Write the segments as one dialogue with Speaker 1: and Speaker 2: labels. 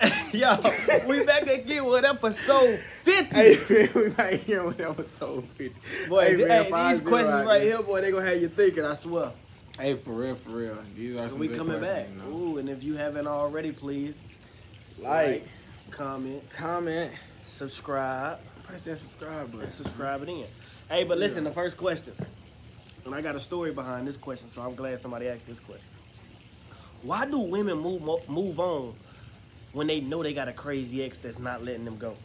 Speaker 1: Yo, we back again with episode 50.
Speaker 2: Hey, man, we might hear what episode 50.
Speaker 1: boy,
Speaker 2: hey,
Speaker 1: th-
Speaker 2: man,
Speaker 1: hey,
Speaker 2: five
Speaker 1: these
Speaker 2: zero
Speaker 1: questions
Speaker 2: out
Speaker 1: right
Speaker 2: there.
Speaker 1: here, boy, they gonna have you thinking, I swear.
Speaker 2: Hey, for real, for real. These are
Speaker 1: And
Speaker 2: some
Speaker 1: we
Speaker 2: good
Speaker 1: coming back.
Speaker 2: questions, you know.
Speaker 1: Ooh, and if you haven't already, please
Speaker 2: Like,
Speaker 1: comment,
Speaker 2: comment,
Speaker 1: subscribe,
Speaker 2: press that subscribe button.
Speaker 1: and subscribe it in. Hey, but listen, the first question. And I got a story behind this question, so I'm glad somebody asked this question. Why do women move mo- move on when they know they got a crazy ex that's not letting them go?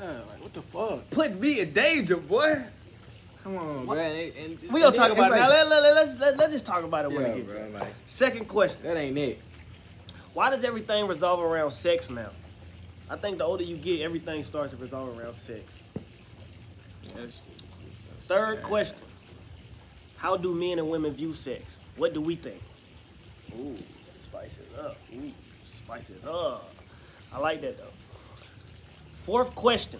Speaker 2: Yeah, like what the fuck?
Speaker 1: Put me in danger, boy.
Speaker 2: Come on,
Speaker 1: What?
Speaker 2: man. It- and-
Speaker 1: We gonna
Speaker 2: and
Speaker 1: talk
Speaker 2: it's
Speaker 1: about it.
Speaker 2: like-
Speaker 1: Now let, let, let, let's let, let's just talk about it when
Speaker 2: Yeah,
Speaker 1: it gets.
Speaker 2: bro, like,
Speaker 1: Second question:
Speaker 2: that ain't it.
Speaker 1: Why does everything resolve around sex now? I think the older you get, everything starts to resolve around sex.
Speaker 2: That's- that's
Speaker 1: Third
Speaker 2: sad.
Speaker 1: question: How do men and women view sex? What do we think? Ooh, spice it up. Ooh, spice it up. I like that though. Fourth question: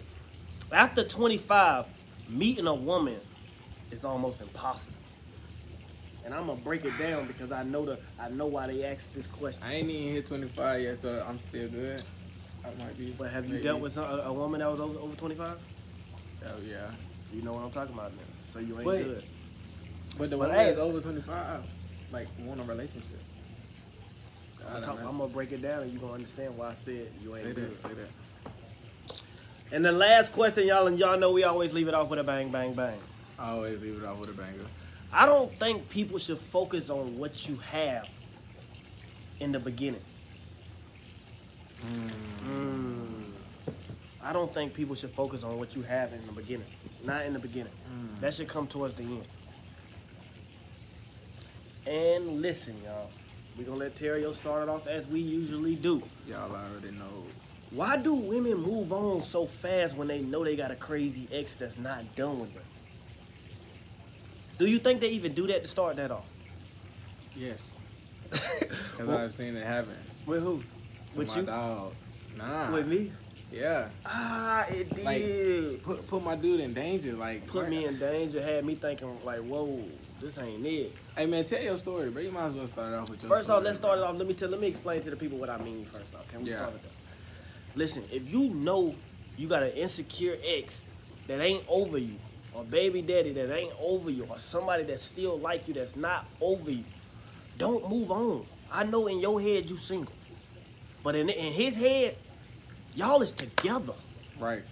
Speaker 1: After 25, meeting a woman is almost impossible. And I'm gonna break it down because I know the I know why they asked this question.
Speaker 2: I ain't even hit 25 yet, so I'm still good. I might be.
Speaker 1: But have you
Speaker 2: maybe.
Speaker 1: dealt with some, a, a woman that was over, over 25?
Speaker 2: Oh, yeah.
Speaker 1: You know what I'm talking about now. So you ain't
Speaker 2: But-
Speaker 1: good.
Speaker 2: But the
Speaker 1: But
Speaker 2: one
Speaker 1: hey.
Speaker 2: that's over 25, like, want a relationship. I
Speaker 1: I'm,
Speaker 2: don't
Speaker 1: talk,
Speaker 2: know.
Speaker 1: I'm gonna break it down and you gonna understand why I said you ain't
Speaker 2: Say
Speaker 1: good.
Speaker 2: that, say that.
Speaker 1: And the last question, y'all, and y'all know we always leave it off with a bang, bang, bang.
Speaker 2: I always leave it off with a banger.
Speaker 1: I don't think people should focus on what you have in the beginning. Mm. I don't think people should focus on what you have in the beginning. Not in the beginning. That should come towards the end. And listen, y'all. We're gonna let Terrio start it off as we usually do.
Speaker 2: Y'all already know.
Speaker 1: Why do women move on so fast when they know they got a crazy ex that's not done with them? Do you think they even do that to start that off?
Speaker 2: Yes. Because
Speaker 1: Well-
Speaker 2: I've seen it happen.
Speaker 1: With who?
Speaker 2: To
Speaker 1: With
Speaker 2: my
Speaker 1: you?
Speaker 2: dog. Nah.
Speaker 1: With me?
Speaker 2: Yeah.
Speaker 1: Ah, it did.
Speaker 2: Like- Put put my dude in danger. Like
Speaker 1: Put me in danger, had me thinking like, whoa, this ain't it.
Speaker 2: Hey man, tell your story, bro. You might as well start off with your
Speaker 1: First
Speaker 2: story,
Speaker 1: off, let's start it
Speaker 2: bro.
Speaker 1: off. Let me tell let me explain to the people what I mean first off. Can we
Speaker 2: Yeah.
Speaker 1: start with that? Listen, if you know you got an insecure ex that ain't over you, or baby daddy that ain't over you, or somebody that still like you that's not over you, don't move on. I know in your head you single. But in, in his head, y'all is together.
Speaker 2: Right.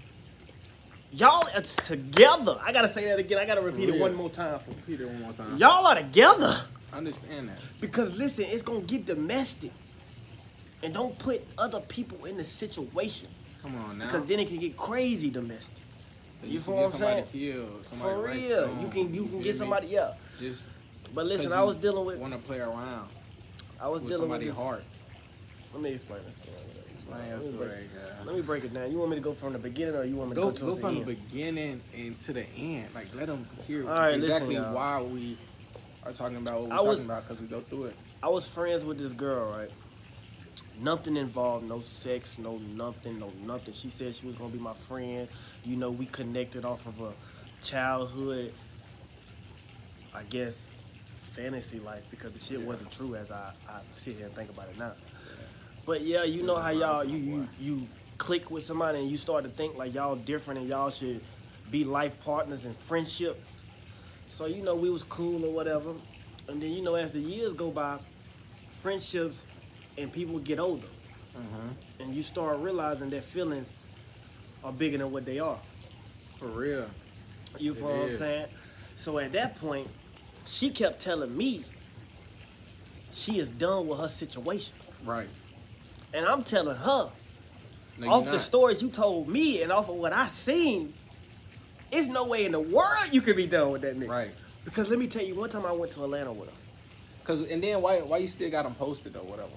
Speaker 1: Y'all is together. I gotta say that again. I gotta repeat it
Speaker 2: real.
Speaker 1: one more time for
Speaker 2: Repeat it one more time.
Speaker 1: Y'all are together.
Speaker 2: Understand that.
Speaker 1: Because listen, it's gonna get domestic. And don't put other people in the situation.
Speaker 2: Come on now.
Speaker 1: Because then it can get crazy domestic.
Speaker 2: Then
Speaker 1: you
Speaker 2: can
Speaker 1: feel
Speaker 2: get
Speaker 1: what I'm
Speaker 2: somebody Killed, somebody
Speaker 1: For
Speaker 2: raped,
Speaker 1: real.
Speaker 2: um,
Speaker 1: you can you can
Speaker 2: feel
Speaker 1: get
Speaker 2: me?
Speaker 1: somebody yeah.
Speaker 2: Just
Speaker 1: But listen, I was dealing with
Speaker 2: want to play around
Speaker 1: I was
Speaker 2: with
Speaker 1: dealing with
Speaker 2: somebody's
Speaker 1: this. oh,
Speaker 2: heart.
Speaker 1: Let me explain this story.
Speaker 2: Explain your
Speaker 1: Let me
Speaker 2: story,
Speaker 1: break-
Speaker 2: guy.
Speaker 1: Let me break it down. You want me to go from the beginning or you want me to
Speaker 2: Go,
Speaker 1: go,
Speaker 2: go
Speaker 1: towards the
Speaker 2: from the
Speaker 1: end?
Speaker 2: beginning and to the end. Like, let them hear
Speaker 1: All right, listen,
Speaker 2: exactly
Speaker 1: y'all.
Speaker 2: why we are talking about what we're
Speaker 1: I
Speaker 2: talking
Speaker 1: was-
Speaker 2: about because we go through it.
Speaker 1: I was friends with this girl, right? Nothing involved, no sex, no nothing, no nothing. She said she was gonna be my friend. You know, we connected off of a childhood, I guess, fantasy life because the shit wasn't true as I, I sit here and think about it now. But yeah, you know how y'all you, you you click with somebody and you start to think like y'all different and y'all should be life partners and friendship. So you know we was cool or whatever. And then you know as the years go by, friendships and people get older.
Speaker 2: Mm-hmm.
Speaker 1: And you start realizing that feelings are bigger than what they are.
Speaker 2: For real.
Speaker 1: You feel what I'm
Speaker 2: is.
Speaker 1: saying? So at that point, she kept telling me she is done with her situation.
Speaker 2: Right.
Speaker 1: And I'm telling her,
Speaker 2: No, you
Speaker 1: off the
Speaker 2: not.
Speaker 1: stories you told me and off of what I seen, it's no way in the world you could be done with that nigga.
Speaker 2: Right.
Speaker 1: Because let me tell you, one time I went to Atlanta with her.
Speaker 2: Cause and then why why you still got them posted or whatever?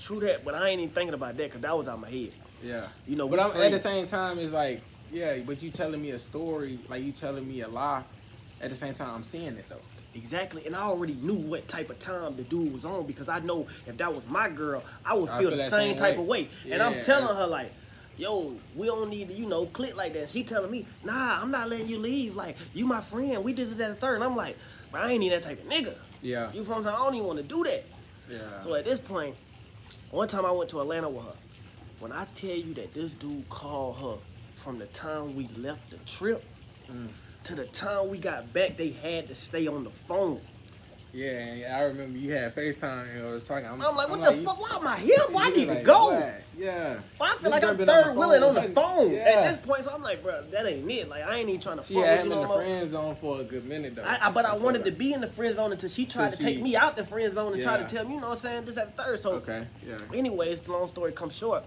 Speaker 1: True that, but I ain't even thinking about that because that was out my head.
Speaker 2: Yeah.
Speaker 1: You know,
Speaker 2: But
Speaker 1: we
Speaker 2: I'm, at the
Speaker 1: friends.
Speaker 2: same time, it's like yeah, but you telling me a story, like you telling me a lie. At the same time, I'm seeing it though.
Speaker 1: Exactly, and I already knew what type of time the dude was on because I know if that was my girl, I would
Speaker 2: I
Speaker 1: feel,
Speaker 2: feel
Speaker 1: the
Speaker 2: that
Speaker 1: same
Speaker 2: same
Speaker 1: type
Speaker 2: way.
Speaker 1: of way. and I'm
Speaker 2: Yeah,
Speaker 1: telling
Speaker 2: that's-
Speaker 1: her like, "Yo, we don't need to, you know, click like that." She telling me, "Nah, I'm not letting you leave. Like, you my friend. We did this at the third. And I'm like, "Bro, I ain't even that type of nigga.
Speaker 2: Yeah. Uh-huh.
Speaker 1: You from? I don't even want to do that.
Speaker 2: Yeah.
Speaker 1: So at this point, one time I went to Atlanta with her. When I tell you that this dude called her from the time we left the trip
Speaker 2: Mm.
Speaker 1: to the time we got back, they had to stay on the phone.
Speaker 2: Yeah, and I remember you had FaceTime and I was talking. I'm,
Speaker 1: I'm like,
Speaker 2: I'm
Speaker 1: what the fuck? Why am I here? Why I need to go?
Speaker 2: what? Yeah.
Speaker 1: Why I
Speaker 2: You
Speaker 1: feel like I'm
Speaker 2: jumping on the
Speaker 1: third wheeling
Speaker 2: phone,
Speaker 1: on the
Speaker 2: like,
Speaker 1: phone at
Speaker 2: yeah.
Speaker 1: this point. So I'm like, bro, that ain't it. Like I ain't even trying to
Speaker 2: She
Speaker 1: fuck
Speaker 2: had
Speaker 1: with
Speaker 2: him
Speaker 1: you
Speaker 2: in
Speaker 1: no
Speaker 2: the
Speaker 1: more.
Speaker 2: friend zone for a good minute though.
Speaker 1: uh, I, I, but I
Speaker 2: feel
Speaker 1: wanted
Speaker 2: like.
Speaker 1: to be in the friend zone until she tried
Speaker 2: So
Speaker 1: to take
Speaker 2: she-
Speaker 1: me out the friend zone and try
Speaker 2: Yeah.
Speaker 1: to tell me, you know what I'm saying, this, that, the third. So
Speaker 2: Okay. Yeah.
Speaker 1: anyways, long story come short.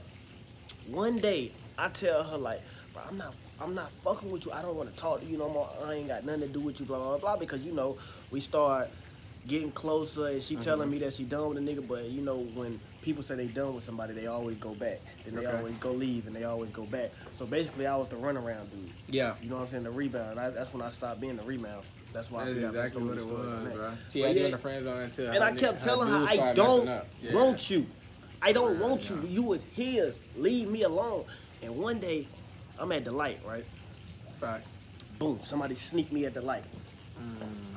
Speaker 1: One day I tell her like, bro, I'm not I'm not fucking with you. I don't want to talk to you no more. I ain't got nothing to do with you, blah blah blah. Because you know, we start getting closer and she
Speaker 2: Mm-hmm.
Speaker 1: telling me that she done with a nigga, but you know, when people say they done with somebody, they always go back. Then they
Speaker 2: Okay.
Speaker 1: always go leave and they always go back. So basically I was the runaround dude.
Speaker 2: Yeah.
Speaker 1: You know what I'm saying? The rebound. I, that's when I stopped being the rebound. That's why
Speaker 2: That's
Speaker 1: I forgot
Speaker 2: exactly
Speaker 1: so
Speaker 2: what
Speaker 1: many
Speaker 2: it
Speaker 1: stories
Speaker 2: was,
Speaker 1: tonight.
Speaker 2: bro. She
Speaker 1: But
Speaker 2: had you
Speaker 1: yeah,
Speaker 2: in the friend zone until
Speaker 1: and
Speaker 2: her
Speaker 1: I
Speaker 2: nigga-
Speaker 1: kept telling her,
Speaker 2: dude
Speaker 1: I
Speaker 2: started
Speaker 1: don't
Speaker 2: messing up. Yeah.
Speaker 1: want you. I don't
Speaker 2: Yeah,
Speaker 1: want
Speaker 2: yeah.
Speaker 1: you. You was his. Leave me alone. And one day, I'm at the light, right?
Speaker 2: Facts.
Speaker 1: Boom, somebody sneaked me at the light.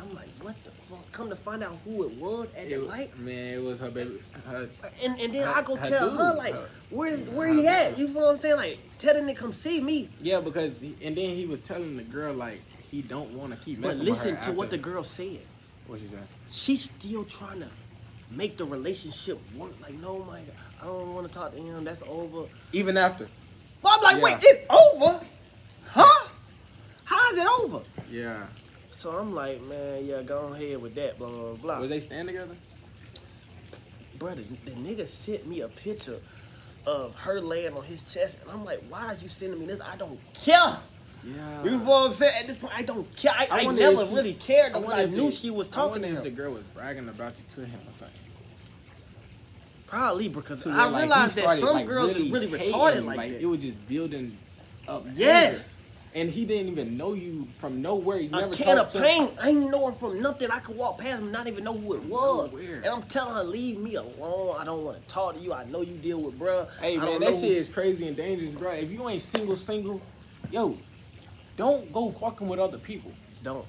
Speaker 1: I'm like, what the fuck? Come to find out who it was at the
Speaker 2: Mm. It-
Speaker 1: light.
Speaker 2: Man, it was her baby. Her,
Speaker 1: And, and then
Speaker 2: Her-
Speaker 1: I go
Speaker 2: her
Speaker 1: tell her,
Speaker 2: dude,
Speaker 1: like,
Speaker 2: her-
Speaker 1: where's where he at? You feel what I'm saying? Like, tell the nigga come see me.
Speaker 2: yeah, because he, and then he was telling the girl like he don't want to keep
Speaker 1: But
Speaker 2: messing
Speaker 1: listen
Speaker 2: with her
Speaker 1: to what
Speaker 2: after-
Speaker 1: the girl said.
Speaker 2: what she said.
Speaker 1: she's still trying to make the relationship work. Like, no, my, I don't want to talk to him. That's over.
Speaker 2: Even after.
Speaker 1: But I'm like,
Speaker 2: Yeah.
Speaker 1: wait, it's over? Huh? How is it over?
Speaker 2: Yeah.
Speaker 1: So I'm like, man, yeah, go ahead with that, blah blah blah.
Speaker 2: Was they staying together?
Speaker 1: Brother, the nigga sent me a picture of her laying on his chest, and I'm like, why is you sending me this? I don't care.
Speaker 2: Yeah.
Speaker 1: You feel what I'm saying? At this point, I don't care. I, I,
Speaker 2: wonder if
Speaker 1: never
Speaker 2: she-
Speaker 1: really cared because
Speaker 2: wonder
Speaker 1: I,
Speaker 2: if
Speaker 1: knew
Speaker 2: they-
Speaker 1: she was
Speaker 2: I
Speaker 1: talking
Speaker 2: wonder
Speaker 1: to
Speaker 2: if
Speaker 1: him.
Speaker 2: the girl was bragging about you to him or something.
Speaker 1: Probably because
Speaker 2: To
Speaker 1: I
Speaker 2: where, like, he
Speaker 1: realized that
Speaker 2: started,
Speaker 1: some
Speaker 2: like,
Speaker 1: girls is really
Speaker 2: hating,
Speaker 1: retarded like, that.
Speaker 2: It was just building up.
Speaker 1: Yes.
Speaker 2: anger. And he didn't even know you from nowhere. You
Speaker 1: a
Speaker 2: never
Speaker 1: can of
Speaker 2: talked to him.
Speaker 1: paint. I ain't know him from nothing. I could walk past him and not even know who it was.
Speaker 2: Nowhere.
Speaker 1: And I'm telling her, leave me alone. I don't want to talk to you. I know you deal with bruh.
Speaker 2: Hey
Speaker 1: I
Speaker 2: man,
Speaker 1: don't
Speaker 2: that
Speaker 1: know-
Speaker 2: shit is crazy and dangerous, bro. If you ain't single, single, yo, don't go fucking with other people,
Speaker 1: Don't.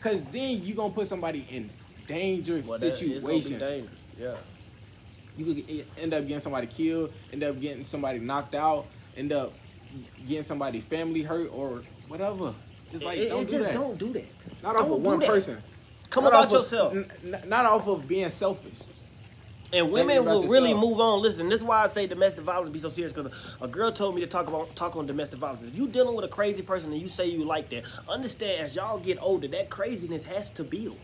Speaker 2: cause then you gonna put somebody in danger
Speaker 1: Well, that- it's gonna be
Speaker 2: situations.
Speaker 1: dangerous. Yeah.
Speaker 2: You could get- end up getting somebody killed, end up getting somebody knocked out, end up getting somebody's family hurt or whatever. It's like
Speaker 1: It- it-
Speaker 2: don't
Speaker 1: it
Speaker 2: do
Speaker 1: just
Speaker 2: that.
Speaker 1: don't do that.
Speaker 2: not off
Speaker 1: don't
Speaker 2: of
Speaker 1: do
Speaker 2: one
Speaker 1: that.
Speaker 2: person.
Speaker 1: Come
Speaker 2: Not
Speaker 1: about
Speaker 2: off of-
Speaker 1: yourself.
Speaker 2: n- n- not off of being selfish.
Speaker 1: And women
Speaker 2: about
Speaker 1: will really
Speaker 2: yourself.
Speaker 1: move on. Listen, this is why I say domestic violence be so serious because a girl told me to talk about talk on domestic violence. If you dealing with a crazy person and you say you like that, understand as y'all get older, that craziness has to build.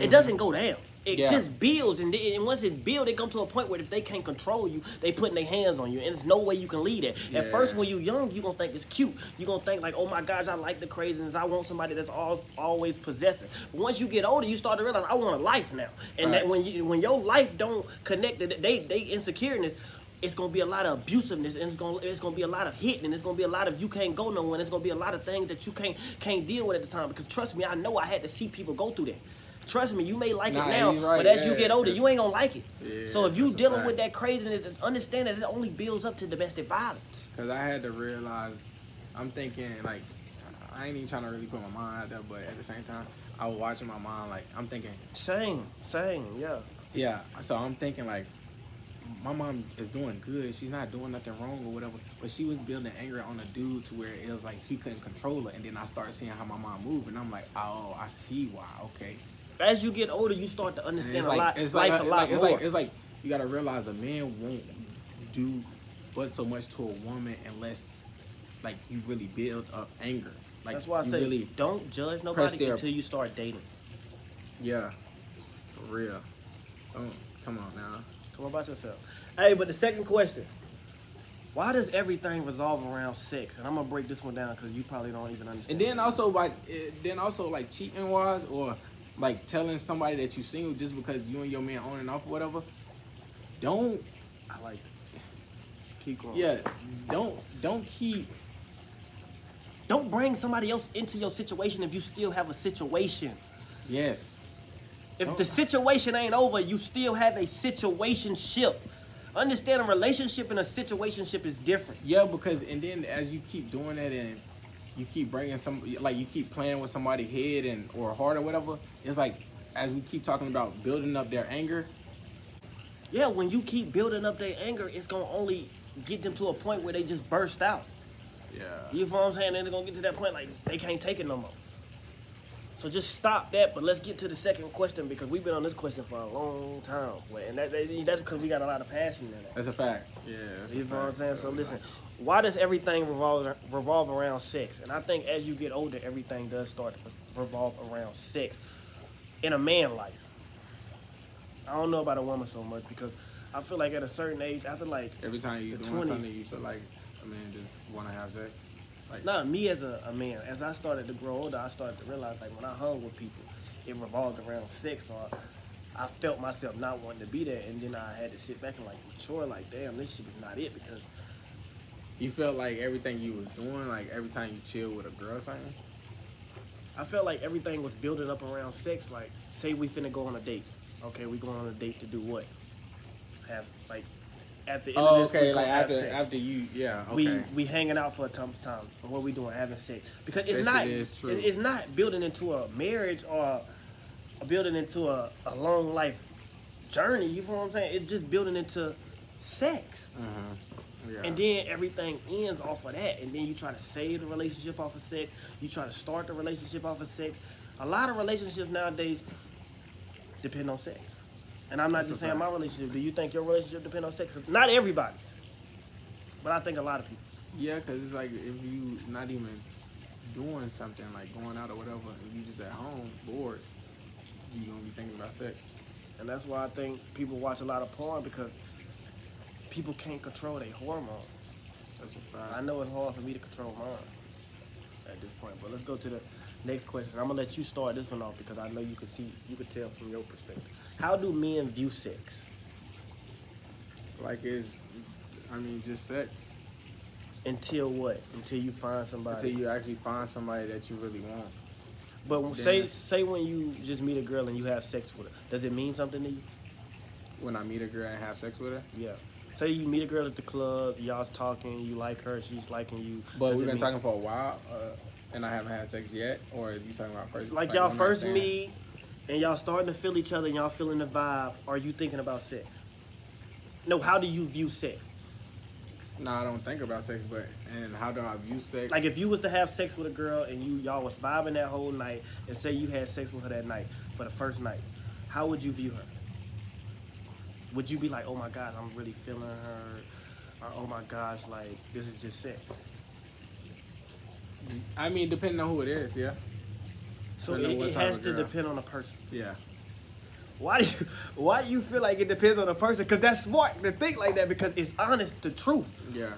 Speaker 1: It doesn't go down. It
Speaker 2: Mm-hmm. Yeah.
Speaker 1: just builds, and, then, and once it builds, it comes to a point where if they can't control you, they putting their hands on you, and there's no way you can lead it. At
Speaker 2: Yeah.
Speaker 1: first, when you young, you gonna think it's cute. You gonna think like, oh my gosh, I like the craziness. I want somebody that's all, always possessive. But once you get older, you start to realize I want a life now, and that
Speaker 2: Facts.
Speaker 1: when when you, when your life don't connect to th- they they insecureness, it's gonna be a lot of abusiveness and it's gonna it's gonna be a lot of hitting and it's gonna be a lot of you can't go nowhere and it's gonna be a lot of things that you can't can't deal with at the time because trust me, I know I had to see people go through that. Trust me, you may like
Speaker 2: Nah,
Speaker 1: it now,
Speaker 2: you right,
Speaker 1: but as you
Speaker 2: yeah,
Speaker 1: get older,
Speaker 2: that's-
Speaker 1: you ain't gonna like it.
Speaker 2: Yeah,
Speaker 1: so if you
Speaker 2: that's a
Speaker 1: dealing
Speaker 2: fact.
Speaker 1: with that craziness, understand that it only builds up to domestic violence.
Speaker 2: Cause I had to realize, I'm thinking like, I ain't even trying to really put my mind out there, but at the same time, I was watching my mind like, I'm thinking,
Speaker 1: Same, same, yeah.
Speaker 2: yeah. So I'm thinking like, my mom is doing good. She's not doing nothing wrong or whatever. But she was building anger on a dude to where it was like he couldn't control her. And then I started seeing how my mom moved, and I'm like, oh, I see why. Okay.
Speaker 1: As you get older, you start to
Speaker 2: And
Speaker 1: understand
Speaker 2: it's
Speaker 1: a
Speaker 2: like,
Speaker 1: lot,
Speaker 2: it's
Speaker 1: life
Speaker 2: like,
Speaker 1: a
Speaker 2: it's
Speaker 1: lot
Speaker 2: like, it's
Speaker 1: more.
Speaker 2: like, it's like, you gotta realize a man won't do but so much to a woman unless, like, you really build up anger. Like,
Speaker 1: That's why I
Speaker 2: you
Speaker 1: say
Speaker 2: really,
Speaker 1: don't judge
Speaker 2: press
Speaker 1: nobody
Speaker 2: their-
Speaker 1: until you start dating.
Speaker 2: yeah, for real. Don't come on now.
Speaker 1: Come on, about yourself. Hey, but the second question. Why does everything resolve around sex? And I'm gonna break this one down because you probably don't even
Speaker 2: And
Speaker 1: understand.
Speaker 2: then also, like, it, then also, like, cheating wise or like telling somebody that you single just because you and your man on and off or whatever. Don't
Speaker 1: I like it. Keep going.
Speaker 2: yeah, don't don't keep
Speaker 1: Don't bring somebody else into your situation if you still have a situation.
Speaker 2: yes.
Speaker 1: If
Speaker 2: Don't-
Speaker 1: the situation ain't over, you still have a situationship. Understand a relationship and a situationship is different.
Speaker 2: Yeah, because and then as you keep doing that and you keep bringing some like you keep playing with somebody's head and or heart or whatever, it's like as we keep talking about building up their anger,
Speaker 1: Yeah, when you keep building up their anger, it's gonna only get them to a point where they just burst out.
Speaker 2: Yeah.
Speaker 1: You feel what I'm saying? And they're gonna get to that point like they can't take it no more. So just stop that. But let's get to the second question because we've been on this question for a long time, boy, and that, that- that's because we got a lot of passion in it.
Speaker 2: That's a fact. Yeah. that's a
Speaker 1: You know what I'm
Speaker 2: fact.
Speaker 1: saying? So listen, why does everything revolve revolve around sex? And I think as you get older, everything does start to revolve around sex in a man life. I don't know about a woman so much because I feel like at a certain age, I feel like
Speaker 2: Every time you
Speaker 1: The
Speaker 2: doing
Speaker 1: 20s.
Speaker 2: something, you feel like a man just want to have sex. Like,
Speaker 1: Not me as a, a man. As I started to grow older, I started to realize like when I hung with people, it revolved around sex. Or I felt myself not wanting to be there, and then I had to sit back and like mature, like damn, this shit is not it because
Speaker 2: you felt like everything you was doing, like every time you chill with a girl, or something.
Speaker 1: I felt like everything was building up around sex. Like say we finna go on a date, okay? We going on a date to do what? Have like at the end
Speaker 2: Oh,
Speaker 1: of this, we
Speaker 2: okay.
Speaker 1: gonna
Speaker 2: Like
Speaker 1: have
Speaker 2: after
Speaker 1: sex.
Speaker 2: after you, yeah. Okay.
Speaker 1: we we hanging out for a time time. But what we doing? Having sex because it's not
Speaker 2: That shit is true.
Speaker 1: it- it's not building into a marriage or a building into a, a long life journey. You feel what I'm saying? It's just building into sex,
Speaker 2: uh huh. Yeah.
Speaker 1: and then everything ends off of that. And then you try to save the relationship off of sex. You try to start the relationship off of sex. A lot of relationships nowadays depend on sex. And I'm not
Speaker 2: That's
Speaker 1: just
Speaker 2: a
Speaker 1: saying my
Speaker 2: fact.
Speaker 1: relationship. Do you think your relationship depend on sex? 'Cause Not everybody's, but I think a lot of people.
Speaker 2: yeah, cause it's like if you not even doing something like going out or whatever, and you just at home bored, you gonna be thinking about sex.
Speaker 1: And that's why I think people watch a lot of porn because people can't control their hormones.
Speaker 2: That's a
Speaker 1: I
Speaker 2: fact.
Speaker 1: know it's hard for me to control mine at this point, but let's go to the next question. I'm gonna let you start this one off because I know you can see, you can tell from your perspective. How do men view sex?
Speaker 2: Like it's, I mean, just sex
Speaker 1: Until what? Until you find somebody.
Speaker 2: until you actually find somebody that you really want.
Speaker 1: but say
Speaker 2: Yeah.
Speaker 1: say when you just meet a girl and you have sex with her, does it mean something to you?
Speaker 2: When I meet a girl and have sex with her,
Speaker 1: Yeah. Say you meet a girl at the club, y'all's talking, you like her, she's liking you.
Speaker 2: But
Speaker 1: does
Speaker 2: we've
Speaker 1: it
Speaker 2: been
Speaker 1: mean-
Speaker 2: talking for a while, uh, and I haven't had sex yet. Or you talking about first?
Speaker 1: like y'all
Speaker 2: one night
Speaker 1: first
Speaker 2: stand?
Speaker 1: meet and y'all starting to feel each other and y'all feeling the vibe, are you thinking about sex? No, how do you view sex?
Speaker 2: No, I don't think about sex, but and how do I view sex?
Speaker 1: Like if you was to have sex with a girl and you y'all was vibing that whole night and say you had sex with her that night for the first night, how would you view her? Would you be like, oh my god, I'm really feeling her, or oh my gosh, like this is just sex?
Speaker 2: I mean, depending on who it is, yeah,
Speaker 1: So it,
Speaker 2: Depending on what
Speaker 1: it
Speaker 2: type
Speaker 1: has
Speaker 2: of
Speaker 1: to
Speaker 2: girl.
Speaker 1: depend on the person.
Speaker 2: yeah.
Speaker 1: Why do you why do you feel like it depends on the person? Because that's smart to think like that because it's honest, the truth.
Speaker 2: Yeah.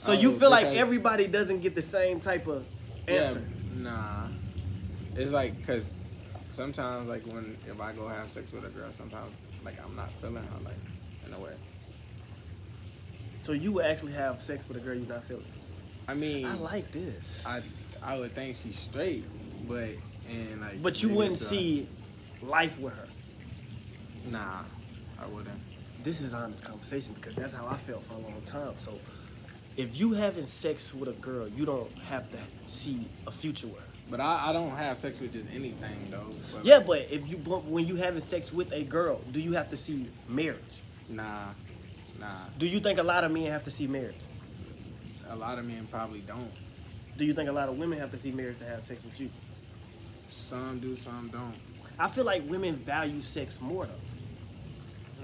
Speaker 1: So
Speaker 2: Oh,
Speaker 1: you feel like
Speaker 2: because-
Speaker 1: everybody doesn't get the same type of answer.
Speaker 2: Yeah, nah. It's like because sometimes, like when if I go have sex with a girl, sometimes like I'm not feeling her, like in a way.
Speaker 1: So you would actually have sex with a girl you're not feeling.
Speaker 2: I mean,
Speaker 1: I like this.
Speaker 2: I I would think she's straight, but and like.
Speaker 1: but you
Speaker 2: maybe
Speaker 1: wouldn't
Speaker 2: it's a-
Speaker 1: see life with her.
Speaker 2: Nah, I wouldn't.
Speaker 1: This is honest conversation because that's how I felt for a long time. So if you having sex with a girl, you don't have to see a future with her.
Speaker 2: But I, I don't have sex with just anything though. But
Speaker 1: Yeah, but if you but when you having sex with a girl, do you have to see marriage?
Speaker 2: Nah, nah.
Speaker 1: Do you think a lot of men have to see marriage?
Speaker 2: A lot of men probably don't.
Speaker 1: Do you think a lot of women have to see marriage to have sex with you?
Speaker 2: Some do, some don't.
Speaker 1: I feel like women value sex more though.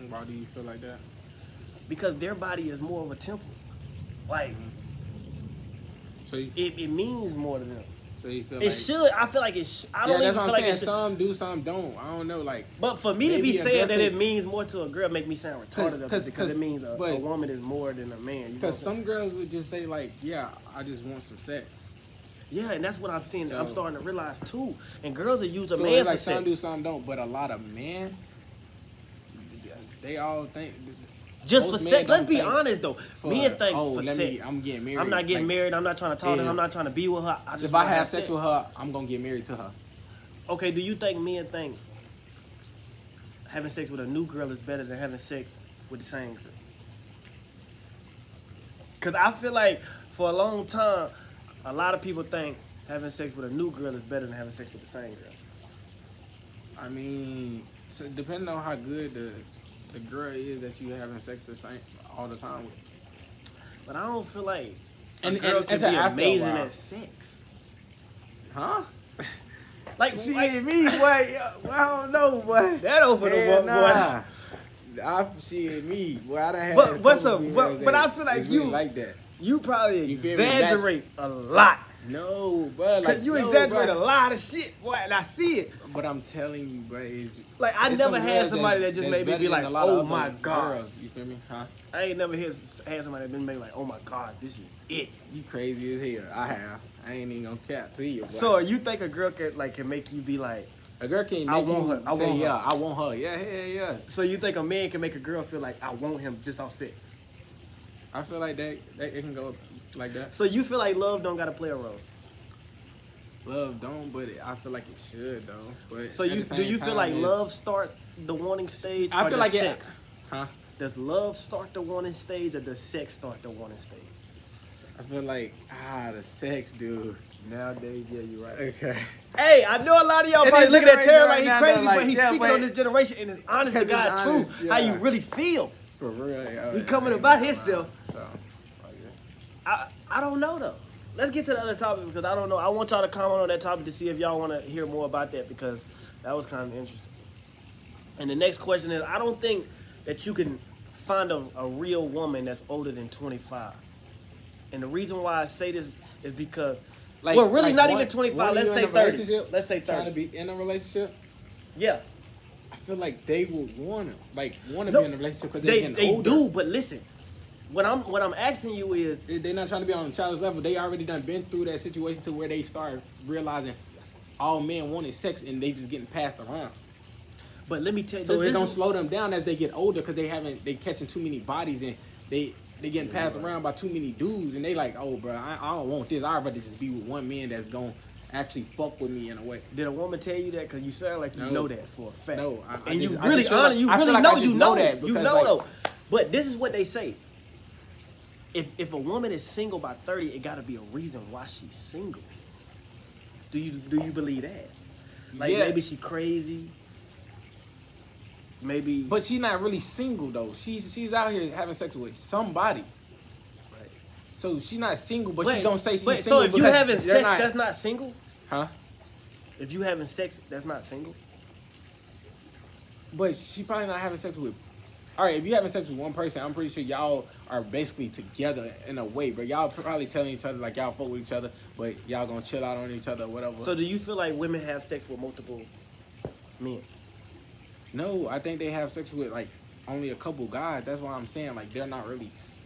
Speaker 2: Why do you feel like that?
Speaker 1: because their body is more of a temple. Like
Speaker 2: So you,
Speaker 1: it, it means more to them.
Speaker 2: so you feel
Speaker 1: It
Speaker 2: like
Speaker 1: should. I feel like it. Sh- I
Speaker 2: yeah,
Speaker 1: don't even
Speaker 2: that's what
Speaker 1: feel
Speaker 2: I'm
Speaker 1: like
Speaker 2: saying.
Speaker 1: it should.
Speaker 2: Some do, some don't. I don't know. Like,
Speaker 1: But for me to be
Speaker 2: Maybe a
Speaker 1: saying
Speaker 2: girl
Speaker 1: that it
Speaker 2: could-
Speaker 1: means more to a girl make me sound retarded of it
Speaker 2: 'cause-
Speaker 1: because it
Speaker 2: 'cause-
Speaker 1: means a, a
Speaker 2: but-
Speaker 1: woman is more than a man. You know
Speaker 2: because
Speaker 1: what I'm
Speaker 2: some girls would just say like, yeah, I just want some sex.
Speaker 1: saying? yeah, and that's what I'm seeing. that I'm
Speaker 2: So-
Speaker 1: starting to realize too. And girls are used a
Speaker 2: so
Speaker 1: man
Speaker 2: it's
Speaker 1: for
Speaker 2: like some
Speaker 1: sex.
Speaker 2: do, some don't. But a lot of men, they all think.
Speaker 1: Just for
Speaker 2: most men
Speaker 1: sex. Let's
Speaker 2: don't
Speaker 1: be
Speaker 2: think
Speaker 1: honest though.
Speaker 2: For,
Speaker 1: Men think
Speaker 2: oh,
Speaker 1: for
Speaker 2: let
Speaker 1: sex.
Speaker 2: me. I'm getting married.
Speaker 1: I'm not getting
Speaker 2: Like,
Speaker 1: married. I'm not trying to talk to her.
Speaker 2: Yeah.
Speaker 1: I'm not trying to be with her. I just
Speaker 2: If I
Speaker 1: wanna
Speaker 2: have sex with her, I'm gonna get married to her.
Speaker 1: Okay, do you think men think having sex with a new girl is better than having sex with the same girl? Cause I feel like for a long time, a lot of people think having sex with a new girl is better than having sex with the same girl.
Speaker 2: I mean, so depending on how good the the girl is that you having sex the same all the time with.
Speaker 1: But I don't feel like a
Speaker 2: And-
Speaker 1: girl
Speaker 2: and-
Speaker 1: can
Speaker 2: and to
Speaker 1: be
Speaker 2: after a
Speaker 1: amazing
Speaker 2: while.
Speaker 1: at sex.
Speaker 2: Huh?
Speaker 1: Like
Speaker 2: She
Speaker 1: like,
Speaker 2: and me, boy. I don't know, boy.
Speaker 1: that over the
Speaker 2: Hell
Speaker 1: book,
Speaker 2: nah. I, she and me, boy. I done had
Speaker 1: But-
Speaker 2: a couple
Speaker 1: what's up?
Speaker 2: females
Speaker 1: But- but
Speaker 2: that
Speaker 1: I feel like
Speaker 2: is really
Speaker 1: you-
Speaker 2: like that.
Speaker 1: boy. You probably
Speaker 2: You feel me? That's-
Speaker 1: exaggerate a lot.
Speaker 2: No, bro.
Speaker 1: Cause
Speaker 2: Like
Speaker 1: you
Speaker 2: no,
Speaker 1: exaggerate
Speaker 2: bruh.
Speaker 1: a lot of shit, boy, and I see it.
Speaker 2: But I'm telling you, bro. It's,
Speaker 1: Like I
Speaker 2: it's
Speaker 1: never
Speaker 2: some
Speaker 1: had
Speaker 2: girls
Speaker 1: somebody that
Speaker 2: that's-
Speaker 1: just
Speaker 2: that's
Speaker 1: made me
Speaker 2: better
Speaker 1: be
Speaker 2: than
Speaker 1: like,
Speaker 2: a lot of
Speaker 1: "Oh
Speaker 2: other
Speaker 1: my god."
Speaker 2: girls, you feel me? Huh?
Speaker 1: I ain't never had, had somebody that been made like, "Oh my god, this is it."
Speaker 2: You crazy as hell. I have. I ain't even gonna cap to you. Boy.
Speaker 1: So you think a girl can like can make you be like?
Speaker 2: a girl can't make
Speaker 1: I want
Speaker 2: you
Speaker 1: her. I
Speaker 2: say,
Speaker 1: want her.
Speaker 2: yeah, I want her. Yeah, yeah, yeah.
Speaker 1: So you think a man can make a girl feel like I want him just off sex?
Speaker 2: I feel like that, that it can go like that.
Speaker 1: So you feel like love don't gotta play a role.
Speaker 2: Love don't, but it, I feel like it should though. But
Speaker 1: So
Speaker 2: at
Speaker 1: you
Speaker 2: the
Speaker 1: do
Speaker 2: same
Speaker 1: you feel
Speaker 2: time,
Speaker 1: like
Speaker 2: it-
Speaker 1: love starts the wanting stage?
Speaker 2: I
Speaker 1: or
Speaker 2: feel
Speaker 1: does
Speaker 2: like it-
Speaker 1: sex?
Speaker 2: Huh?
Speaker 1: Does love start the wanting stage or does sex start the wanting stage?
Speaker 2: I feel like ah the sex, dude.
Speaker 1: Nowadays, yeah, you're right.
Speaker 2: Okay.
Speaker 1: Hey, I know a lot of y'all
Speaker 2: And
Speaker 1: probably
Speaker 2: this
Speaker 1: looking at
Speaker 2: generation
Speaker 1: Terry
Speaker 2: right
Speaker 1: like he
Speaker 2: now,
Speaker 1: crazy,
Speaker 2: they're
Speaker 1: but
Speaker 2: like,
Speaker 1: he's
Speaker 2: yeah,
Speaker 1: speaking
Speaker 2: but-
Speaker 1: on this generation and it's honest to
Speaker 2: Because it's
Speaker 1: God truth
Speaker 2: honest,
Speaker 1: how
Speaker 2: yeah.
Speaker 1: you really feel.
Speaker 2: For real. yeah,
Speaker 1: He
Speaker 2: yeah,
Speaker 1: coming
Speaker 2: I ain't
Speaker 1: about
Speaker 2: gonna lie.
Speaker 1: himself.
Speaker 2: So. like, yeah.
Speaker 1: I, I don't know though. Let's get to the other topic because I don't know. I want y'all to comment on that topic to see if y'all want to hear more about that because that was kind of interesting. And the next question is I don't think that you can find a, a real woman that's older than 25. And the reason why I say this is because,
Speaker 2: Like,
Speaker 1: well, really
Speaker 2: like
Speaker 1: not
Speaker 2: one-
Speaker 1: even 25.
Speaker 2: one of
Speaker 1: let's
Speaker 2: you in
Speaker 1: say
Speaker 2: a
Speaker 1: 30.
Speaker 2: relationship,
Speaker 1: Let's say
Speaker 2: Trying to
Speaker 1: 30.
Speaker 2: be in a relationship,
Speaker 1: Yeah,
Speaker 2: I feel like they would want to, like, want to
Speaker 1: No,
Speaker 2: be in a relationship because
Speaker 1: they,
Speaker 2: getting
Speaker 1: they
Speaker 2: older.
Speaker 1: do, but listen. What I'm what I'm asking you is
Speaker 2: They- They're not trying to be on a child's level. They already done been through that situation to where they start realizing all men wanted sex and they just getting passed around.
Speaker 1: But let me tell you,
Speaker 2: So
Speaker 1: this,
Speaker 2: it don't
Speaker 1: this is-
Speaker 2: slow them down as they get older because they haven't they catching too many bodies and they they getting passed around by too many dudes and they like oh bro I, I don't want this I'd rather just be with one man that's gonna actually fuck with me in a way.
Speaker 1: Did a woman tell you that? Because you sound like you
Speaker 2: No.
Speaker 1: know that for a fact.
Speaker 2: No, I- I
Speaker 1: and
Speaker 2: just-
Speaker 1: you
Speaker 2: I
Speaker 1: really,
Speaker 2: just feel
Speaker 1: honest,
Speaker 2: like-
Speaker 1: you
Speaker 2: I feel
Speaker 1: really
Speaker 2: like I
Speaker 1: know,
Speaker 2: just
Speaker 1: you know
Speaker 2: know
Speaker 1: that.
Speaker 2: that
Speaker 1: You
Speaker 2: because,
Speaker 1: know
Speaker 2: like-
Speaker 1: though. But this is what they say. If if a woman is single by thirty, it got to be a reason why she's single. Do you do you believe that? Like
Speaker 2: Yeah.
Speaker 1: maybe she crazy. Maybe,
Speaker 2: But she's not really single though. She's she's out here having sex with somebody.
Speaker 1: Right.
Speaker 2: So she's not single, but,
Speaker 1: Wait,
Speaker 2: she don't say she's
Speaker 1: wait,
Speaker 2: single.
Speaker 1: So if you
Speaker 2: because
Speaker 1: having sex,
Speaker 2: they're not-
Speaker 1: that's not single.
Speaker 2: huh?
Speaker 1: If you having sex, that's not single.
Speaker 2: But she probably not having sex with. All right, if you having sex with one person, I'm pretty sure y'all are basically together in a way, but y'all probably telling each other like y'all fuck with each other, but y'all gonna chill out on each other, or whatever.
Speaker 1: So do you feel like women have sex with multiple men?
Speaker 2: no, I think they have sex with like only a couple guys. That's why I'm saying like they're not really s-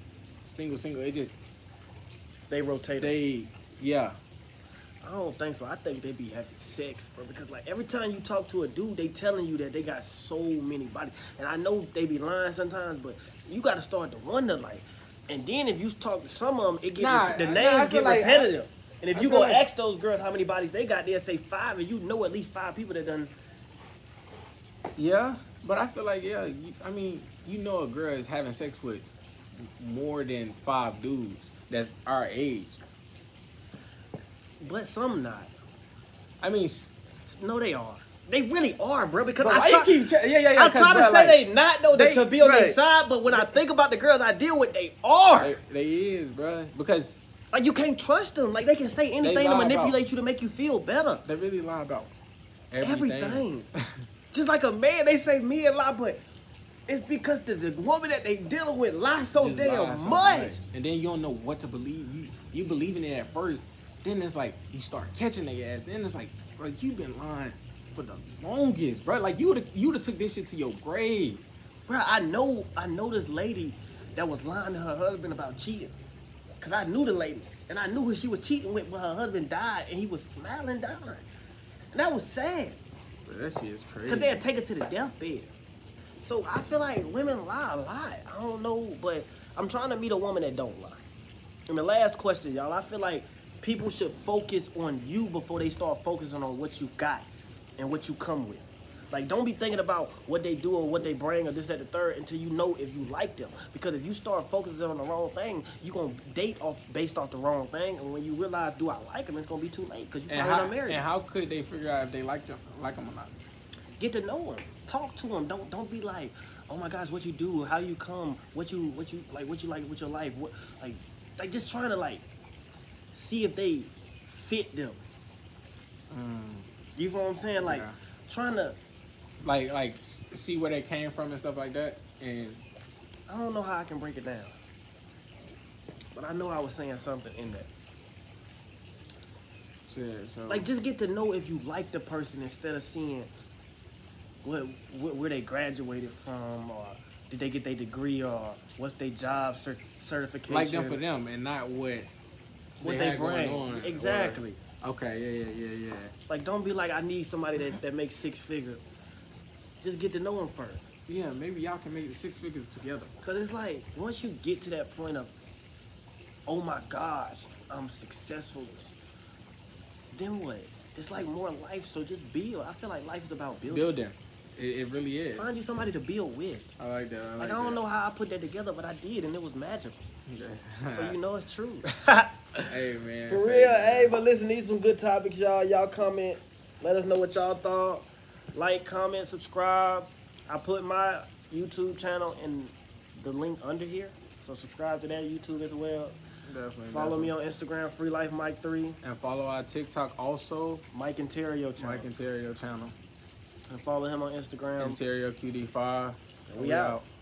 Speaker 2: single, single. It just
Speaker 1: They rotate.
Speaker 2: they, yeah.
Speaker 1: I don't think so. I think they be having sex, bro. Because like every time you talk to a dude, they telling you that they got so many bodies. And I know they be lying sometimes, but you got to start to wonder like. And then if you talk to some of them, it get
Speaker 2: Nah,
Speaker 1: the
Speaker 2: I-
Speaker 1: names
Speaker 2: nah, I
Speaker 1: get
Speaker 2: feel like-
Speaker 1: repetitive. and if
Speaker 2: I
Speaker 1: you
Speaker 2: feel
Speaker 1: gonna
Speaker 2: like-
Speaker 1: ask those girls how many bodies they got, they'll say five, and you know at least five people that done.
Speaker 2: Yeah, but I feel like yeah. You, I mean, you know, a girl is having sex with more than five dudes that's our age.
Speaker 1: But some not.
Speaker 2: I mean, s-
Speaker 1: No, they are. They really are, bro. Because
Speaker 2: but
Speaker 1: I
Speaker 2: why
Speaker 1: try,
Speaker 2: you keep? Tra- yeah, yeah, yeah.
Speaker 1: I
Speaker 2: 'cause,
Speaker 1: try to
Speaker 2: bruh,
Speaker 1: say
Speaker 2: like-
Speaker 1: they not though
Speaker 2: they-
Speaker 1: to be on their
Speaker 2: right.
Speaker 1: side, but when I think about the girls I deal with, they are.
Speaker 2: They, they is, bruh. Because
Speaker 1: Like you can't trust them. Like they can say anything to
Speaker 2: lie about-
Speaker 1: manipulate you to make you feel better.
Speaker 2: they really lie about everything.
Speaker 1: Everything. Just like a man, they say me a lot, but it's because the, the woman that they dealing with lies so
Speaker 2: Just
Speaker 1: damn
Speaker 2: lie so
Speaker 1: much.
Speaker 2: And then you don't know what to believe. You you believing it at first. Then it's like you start catching their ass. Then it's like, bro, you been lying for the longest, bro. Like you would you would have took this shit to your grave.
Speaker 1: Bro, I know I know this lady that was lying to her husband about cheating. Cause I knew the lady. And I knew who she was cheating with when her husband died and he was smiling down. And that was sad.
Speaker 2: Bro, that shit is crazy.
Speaker 1: Cause they'll take it to the deathbed. So I feel like women lie a lot. I don't know, but I'm trying to meet a woman that don't lie. And the last question, y'all, I feel like people should focus on you before they start focusing on what you got and what you come with. Like, don't be thinking about what they do or what they bring or this, that, the third until you know if you like them. Because if you start focusing on the wrong thing, you're going to date off based off the wrong thing. And when you realize, do I like them, it's going to be too late because you
Speaker 2: and
Speaker 1: probably
Speaker 2: how,
Speaker 1: not married.
Speaker 2: and how could they figure out if they like them, like them or not?
Speaker 1: get to know him, talk to him. Don't don't be like, oh my gosh, what you do, how you come, what you what you like, what you like with your life, what like like just trying to like see if they fit them. You know what I'm saying? Like
Speaker 2: Yeah.
Speaker 1: trying to
Speaker 2: Like like s- see where they came from and stuff like that. And
Speaker 1: I don't know how I can break it down. But I know I was saying something in that.
Speaker 2: shit, so
Speaker 1: Like just get to know if you like the person instead of seeing what, wh where they graduated from or did they get their degree or what's their job cer- certification
Speaker 2: like them for them and not what
Speaker 1: what
Speaker 2: they
Speaker 1: they,
Speaker 2: had going
Speaker 1: bring
Speaker 2: on, or-
Speaker 1: exactly
Speaker 2: Okay, yeah, yeah, yeah, yeah.
Speaker 1: like don't be like I need somebody that, that makes six figures just get to know them first
Speaker 2: Yeah, maybe y'all can make the six figures together.
Speaker 1: Cause it's like once you get to that point of, oh my gosh, I'm successful. Then what? It's like more life. So just build. I feel like life is about building.
Speaker 2: Building. It, it really is.
Speaker 1: Find you somebody to build with.
Speaker 2: I like that. I like,
Speaker 1: Like I don't know how I put that together, but I did, and it was magical.
Speaker 2: know.
Speaker 1: So you know it's true.
Speaker 2: hey man.
Speaker 1: For
Speaker 2: say
Speaker 1: real,
Speaker 2: that.
Speaker 1: hey, but listen, these some good topics, y'all. Y'all comment, let us know what y'all thought. Like, comment, subscribe. I put my YouTube channel in the link under here, so subscribe to that YouTube as well.
Speaker 2: Definitely,
Speaker 1: Follow me
Speaker 2: definitely.
Speaker 1: on Instagram, Free Life Mike Three,
Speaker 2: and follow our TikTok also,
Speaker 1: Mike Interio channel,
Speaker 2: Mike Interior channel,
Speaker 1: and follow him on Instagram.
Speaker 2: Interior QD5.
Speaker 1: We out.